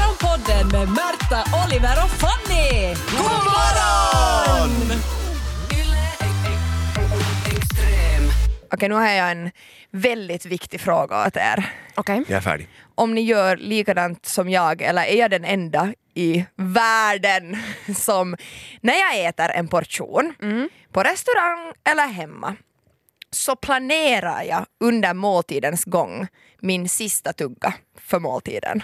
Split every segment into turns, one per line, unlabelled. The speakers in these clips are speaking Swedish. Morgonpodden med Märta, Oliver och Fanny! God morgon!
Okej, nu har jag en väldigt viktig fråga åt er.
Okej.
Jag är färdig.
Om ni gör likadant som jag, eller är jag den enda i världen som när jag äter en portion på restaurang eller hemma så planerar jag under måltidens gång min sista tugga för måltiden.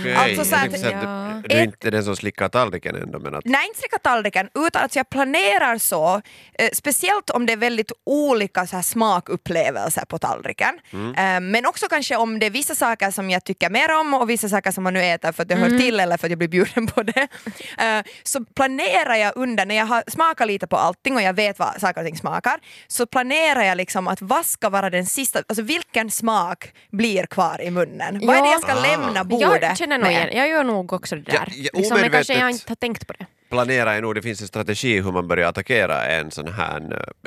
Okej,
Alltså
jag
så att-
tänkte säga att du, du är
Ja.
inte den som slickar tallriken ändå men att...
Nej, inte slicka tallriken, utan att jag planerar så. Eh, speciellt om det är väldigt olika så här, smakupplevelser på tallriken. Eh, men också kanske om det är vissa saker som jag tycker mer om och vissa saker som man nu äter för att det
Mm.
hör till eller för att jag blir bjuden på det. Eh, så planerar jag under, när jag har smakat lite på allting och jag vet vad saker och ting smakar, så planerar jag liksom att vad ska vara den sista, alltså vilken smak blir kvar i munnen? Vad är det jag ska
Ja.
Ah.
lämna bordet
Jag känner nog
med?
igen, jag gör nog också det
Ja,
där.
ja,
liksom, men kanske
omedvetet.
jag inte har tänkt på det.
Planera är nog, det finns en strategi hur man börjar attackera en sån här,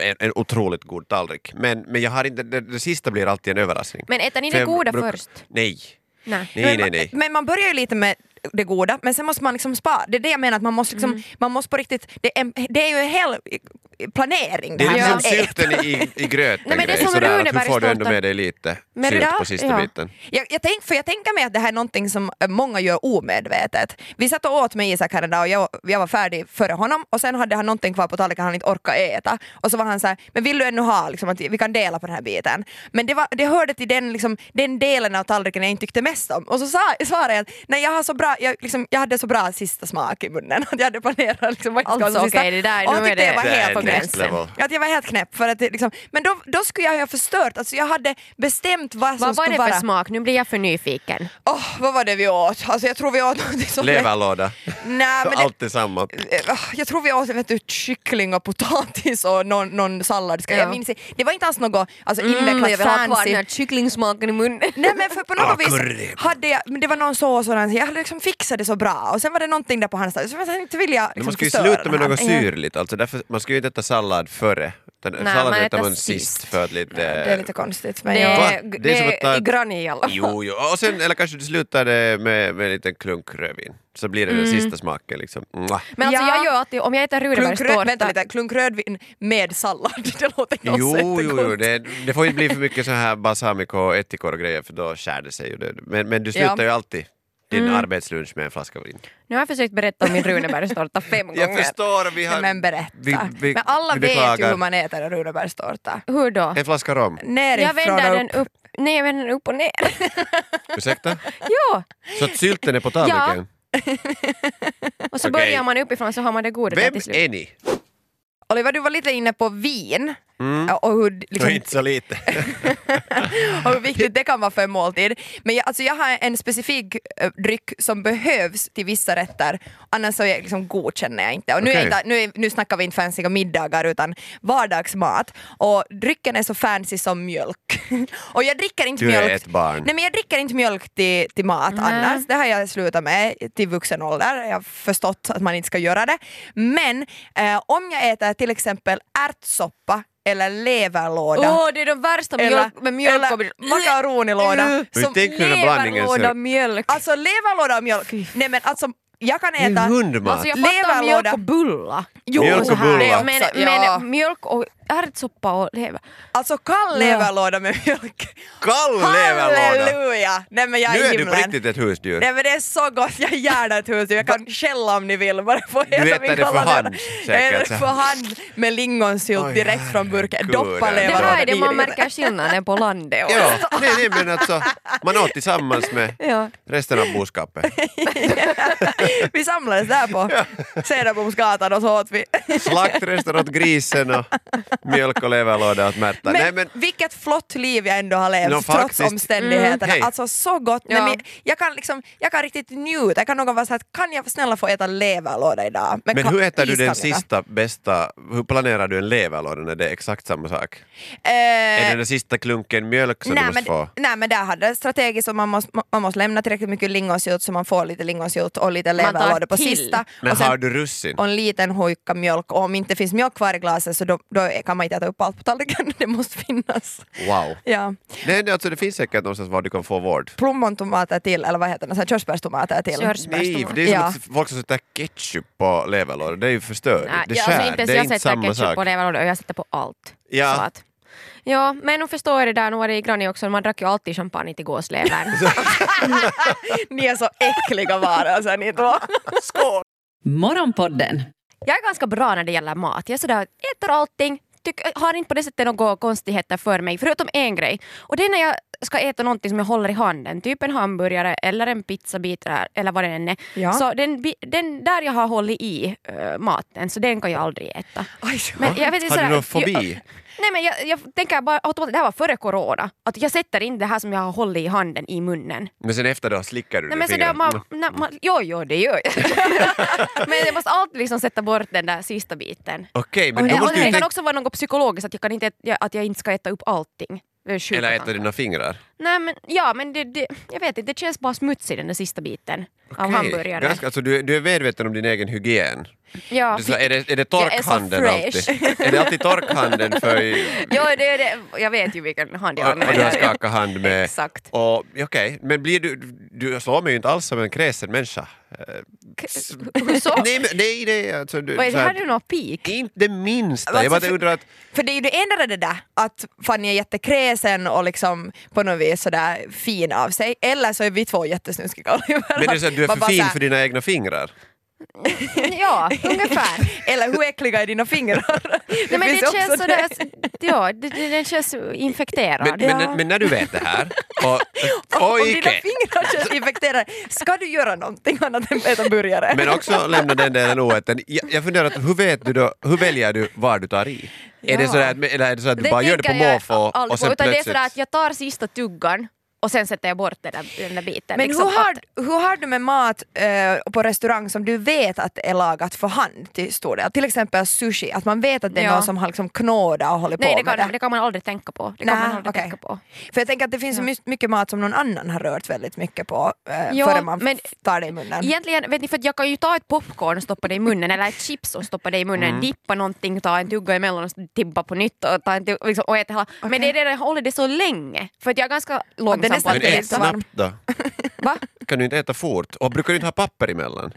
en, en otroligt god tallrik. Men, men jag har inte, det, det sista blir alltid en överraskning.
Men äter ni
För
det
jag
goda
brukar-
först?
Nej.
Nej.
Nej, nej,
men,
nej.
men man börjar ju lite med det goda, men sen måste man liksom spara. Det är det jag menar, att man måste, liksom, man måste på riktigt... Det är, en- det är ju en hel eh, planering
Det är
här
liksom
med att äta.
sylten i, i, i gröten
Nej, men det är
grej,
som
sådär, att hur får du
Runebergstårtan.
ändå med dig lite
Men
sylt
ja,
på sista
ja.
biten?
Jag, jag tänk, för jag tänker mig att det här är någonting som eh, många gör omedvetet. Vi satt och åt med Isak här en dag och jag, jag var färdig före honom och sen hade han någonting kvar på tallriken han inte orkade äta och så var han så här, men vill du ännu ha, liksom, att vi kan dela på den här biten. Men det, var, det hörde till den, liksom, den delen av tallriken jag inte tyckte mest om och så sa, svarade jag att nej, jag, har så bra, jag, liksom, jag hade så bra sista smak i munnen att jag hade planerat liksom, vad jag ska ha
Alltså,
som sista.
okej, det där-
och han
nu är
tyckte jag
det-
var
det
är
helt på
next
gränsen.
level.
Att jag var helt knäpp för att det, liksom, men då, då skulle jag ha förstört, alltså, jag hade bestämt vad som
Vad var
skulle
det
vara.
för smak? Nu blir jag för nyfiken.
Åh, vad var det vi åt? Alltså jag tror vi åt någonting som...
Leverlåda.
Nej, men det,
Allt är samma.
liksom
Eh, jag tror vi åt vet du, kyckling och potatis och någon, någon sallad. Ska- Jag
Ja.
minns, inte. det var inte alls något alltså,
Mm, jag
invecklat
vill ha kvar
fancy.
den här kycklingsmaken i munnen.
Nej men för på något
Ah, curry.
vis hade jag, men det var någon sås och någon, jag hade liksom fixat det så bra och sen var det någonting där på hans så jag inte vill jag liksom
Men man ska ju
förstöra
sluta
den
med
här.
något syrligt, alltså därför, man ska ju inte äta sallad före. utan sallad
man
äter
äter
man sist
sist.
för att lite...
Det är lite konstigt men
Det
jag...
Va?
är,
Det är
det
som att ta
är i
ett-
granny i alla fall.
Jo, jo. Och sen, eller kanske du slutar eh, med, med en liten klunk rödvin, så blir det den sista smaken liksom. Mwah.
Men alltså
Ja.
jag gör alltid, om jag äter
Klunkröd, vänta
runebergstårta,
lite, klunkrödvin med sallad, det låter inte alls
Jo, jo, jo,
jättegott.
det, det får inte bli för mycket så här balsamico och ättikor och grejer för då skär det sig ju. Det- Men, men du slutar
Ja.
ju alltid din arbetslunch med en flaska vin.
nu har jag försökt berätta om min runebergstårta fem
Jag
gånger.
förstår, vi har...
Men berätta.
Vi- vi-
men alla
vi
vet ju
beklagar.
hur man äter en runebärstårta.
Hur då?
En flaska rom,
Jag
Nerifrån
vänder
och
den upp, nej jag vänder den upp och ner.
ursäkta?
ja.
Så att sylten är på tallriken?
Och så
Okej.
börjar man uppifrån så har man det goda där
Vem
till slut.
är ni?
Oliver, du var lite inne på vin Ja, och hur,
Och
liksom,
Mm. inte så lite.
och hur viktigt det kan vara för en måltid. Men jag, alltså, jag har en specifik eh, dryck som behövs till vissa rätter, annars så är jag, liksom, godkänner jag inte. Och nu, är jag
Okej.
inte nu, är, nu snackar vi inte fancy middagar utan vardagsmat. Och drycken är så fancy som mjölk. och jag dricker inte
Du är
mjölk.
ett barn.
Nej men jag dricker inte mjölk till, till mat annars, det har jag slutat med till vuxen ålder. Jag har förstått att man inte ska göra det. Men eh, om jag äter till exempel ärtsoppa eller leverlåda
Åh, det är de värsta mjölk, med mjölk och...
eller makaronilåda.
Men
som,
tänk när den blandningen
Leverlåda
ser...
mjölk.
alltså leverlåda och mjölk. Nej men alltså jag kan
Det är
äta...
hundmat.
Alltså jag fattar
Leverlåda.
mjölk och bulla.
Jo,
Mjölk och
så här,
bullar.
det också,
Men,
Alltså, ja.
men mjölk och ärtsoppa och lever.
Alltså kall leverlåda med mjölk.
Kall leverlåda!
Halleluja! Nej men jag
Nu
är i
är du på
himlen.
riktigt ett husdjur.
Nej men det är så gott, jag är gärna ett husdjur. Jag kan skälla om ni vill. Bara få äta
äter
min
det för
kalla
hand,
lever. Jag
säkert.
äter det för hand med lingonsylt
Oj,
direkt från burken.
herregud.
Doppa
Det
Det
leverlåda
här är det
i
man
det.
märker skillnaden på landet. och-
Ja, nej, nej, men alltså, man åt tillsammans med
Ja.
resten av boskapet.
Vi samlades där på Cederbohmsgatan och så åt vi.
Slaktrester åt grisen och mjölk och leverlåda åt Märta.
Men,
Nej, men,
vilket flott liv jag ändå har levt
No,
trots
faktiskt.
omständigheterna.
Mm.
Alltså så gott.
Ja.
Nej, men jag, kan liksom, jag kan riktigt njuta. Jag kan någon vara så här, att kan jag snälla få äta leverlåda idag?
men
kan-
hur äter du den
iskall lever.
sista bästa, hur planerar du en leverlåda när det är exakt samma sak?
Eh,
Är det den sista klunken mjölk som du måste
men,
få?
nej men där hade jag strategiskt och man måste, man måste lämna tillräckligt mycket lingonsylt så man får lite lingonsylt och lite
tar
leverlåda på
till.
sista.
Men
och, sen,
har du russin?
och en liten hojka mjölk och om inte finns mjölk kvar i glaset så då, då kan man inte äta upp allt på tallriken. Det måste finnas.
Wow.
Ja.
Nej, nej, alltså, det finns säkert någonstans var du kan få award.
plommontomater till, eller vad heter det, så här körsbärstomater till.
Nej,
Körsbärstomater.
för det är som
Ja.
att folk som sätter ketchup på leverlådor, det är ju förstört.
Nej,
det
jag, alltså
skär,
inte ens
det är
jag
inte
sätter
samma
ketchup
sak.
på leverolja, jag sätter på allt.
Ja.
Så att, ja, men nu förstår jag det där, nu var det i Granny också, man drack ju alltid champagne till gåslevern.
Ni är så äckliga varelser ni två.
Morgonpodden
jag är ganska bra när det gäller mat, jag är sådär, äter allting, tyck, har inte på det sättet några konstigheter för mig, förutom en grej. Och det är när jag ska äta någonting som jag håller i handen, typ en hamburgare eller en pizzabit eller- eller vad det än är.
Ja.
Så den, bi- den där jag har hållit i äh, maten, så den kan jag aldrig äta.
Oj,
Men jag vet
Har du
sådär-
någon fobi?
Nej men jag, jag tänker bara automatiskt, det här var före corona. Att jag sätter in det här som jag har hållit i handen i munnen.
Men sen efter då slickar du
Nej,
det
men så där,
fingret. Mm.
man, när man, jo, jo, det gör jag. men jag måste alltid liksom sätta bort den där sista biten.
Okej, men
Och
då
det, och
måste du
det kan
tänka...
också vara något psykologiskt, att jag, kan inte, ät- jag- att jag inte ska äta upp allting. Det är sjuka
Eller äta
tankar.
dina fingrar.
Nej men, ja, men det, det, jag vet inte, det känns bara smutsigt den där sista biten av
Okej,
hamburgaren.
Ganska, alltså, du, du är medveten om din egen hygien.
Ja,
Du, sa, är, det, är det
Jag är så
torkhanden
fresh.
alltid? Är det alltid torkhanden för...
jo, det, det, jag vet ju vilken hand jag har.
Och, och du har skakat hand med...
Exakt.
Och, Okej, men blir du... Du slår mig ju inte alls som en kräsen människa. Eh, s-
Hur så?
Nej, men, nej, nej alltså, du,
Vad är det?
så här-
Hade du någon pik?
Inte det minsta.
Alltså,
Jag bara
för-
undrar att...
För det är ju det enda det där, att Fanny är jättekräsen och liksom på något vis sådär fin av sig, eller så är vi två jättesnuskiga Oliver.
Men det är så att du är
Man
för
bara
fin
såhär,
för dina egna fingrar.
Ja, ungefär.
Eller hur äckliga är dina fingrar?
Nej, men
finns
det
också
känns sådär, ja, det, det, den känns infekterad.
Men, men,
Ja.
men när du vet det här, och, och
Om dina
icke,
fingrar känns infekterade, ska du göra någonting annat än äta burgare?
men också lämna den delen oäten. Jag, jag funderar, att hur, vet du då, hur väljer du var du tar i? Är det
Ja.
så där, att- eller är det så att du
Den
bara gör det på
tänker jag
måfå
aldrig
och
på,
sen
utan
plötsligt...
Det är sådär att jag tar sista tuggan och sen sätter jag bort den där, den där biten.
Men
liksom
hur, har,
att-
hur har du med mat eh, på restaurang som du vet att är lagat för hand till stor del? Till exempel sushi, att man vet att det är
Ja.
någon som har liksom knåda och håller
Nej,
på
det
med
kan, det kan man aldrig tänka på. Det kan
Nä,
man aldrig
okej.
tänka på.
För jag tänker att det finns så
Ja.
my- mycket mat som någon annan har rört väldigt mycket på eh,
Ja,
före man
men-
tar det i munnen.
Egentligen, vet ni, för att jag kan ju ta ett popcorn och stoppa det i munnen eller ett chips och stoppa det i munnen,
Mm.
dippa någonting, ta en tugga emellan och tibba på nytt och, ta en tugga, liksom, och äta hela. Men det är det, jag håller det så länge. För att jag är ganska långsam
nästan
men
det är
ät
lite
snabbt då.
Va?
Kan du inte äta fort? Och brukar du inte ha papper emellan?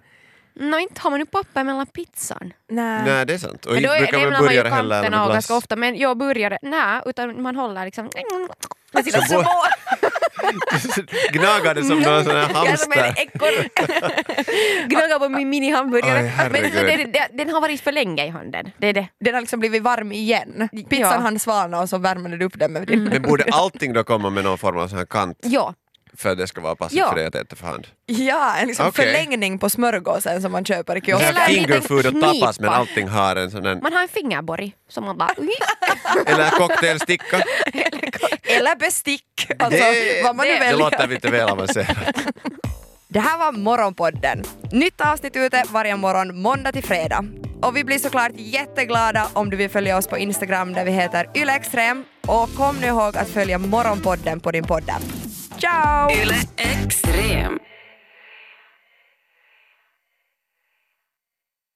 Nå, inte har man ju papper mellan pizzan.
Nej.
Nej, det är sant. Och
Men
inte
då är-
brukar man
lämnar man ju
burgare heller eller
kanterna och
med
ganska
glass.
ofta, men jag burgare, nej, utan man håller liksom...
Med sina
Så
små...
Gnagar det som någon sån här
Jag är som en
hamster.
ekorre.
Gnugga på min
Oj,
minihamburgare.
herregud.
Men så det, det, den har varit för länge i handen. Det är det.
Den har liksom blivit varm igen. Pizzan
Ja. Mm.
hann svalna och så värmer du upp den med typ din...
Men borde allting då komma med någon form av sån här kant
Ja.
för att det ska vara passivt
Ja.
för dig att äta för hand?
Ja, en liksom
Okej.
förlängning på smörgåsen som man köper i kiosken.
Siis
Eller en liten
Fingerfood och tapas men
knipa.
allting har en sån där...
Man har en fingerborg som man bara...
Eller cocktailsticka.
Eller bestick. Alltså, vad man nu
det
det
väljer.
låter lite väl avancerat.
Det här var Morgonpodden. Nytt avsnitt ute varje morgon måndag till fredag. Och vi blir såklart jätteglada om du vill följa oss på Instagram där vi heter ylextrem. Och kom nu ihåg att följa Morgonpodden på din podd. Ciao!
Yle Extrem.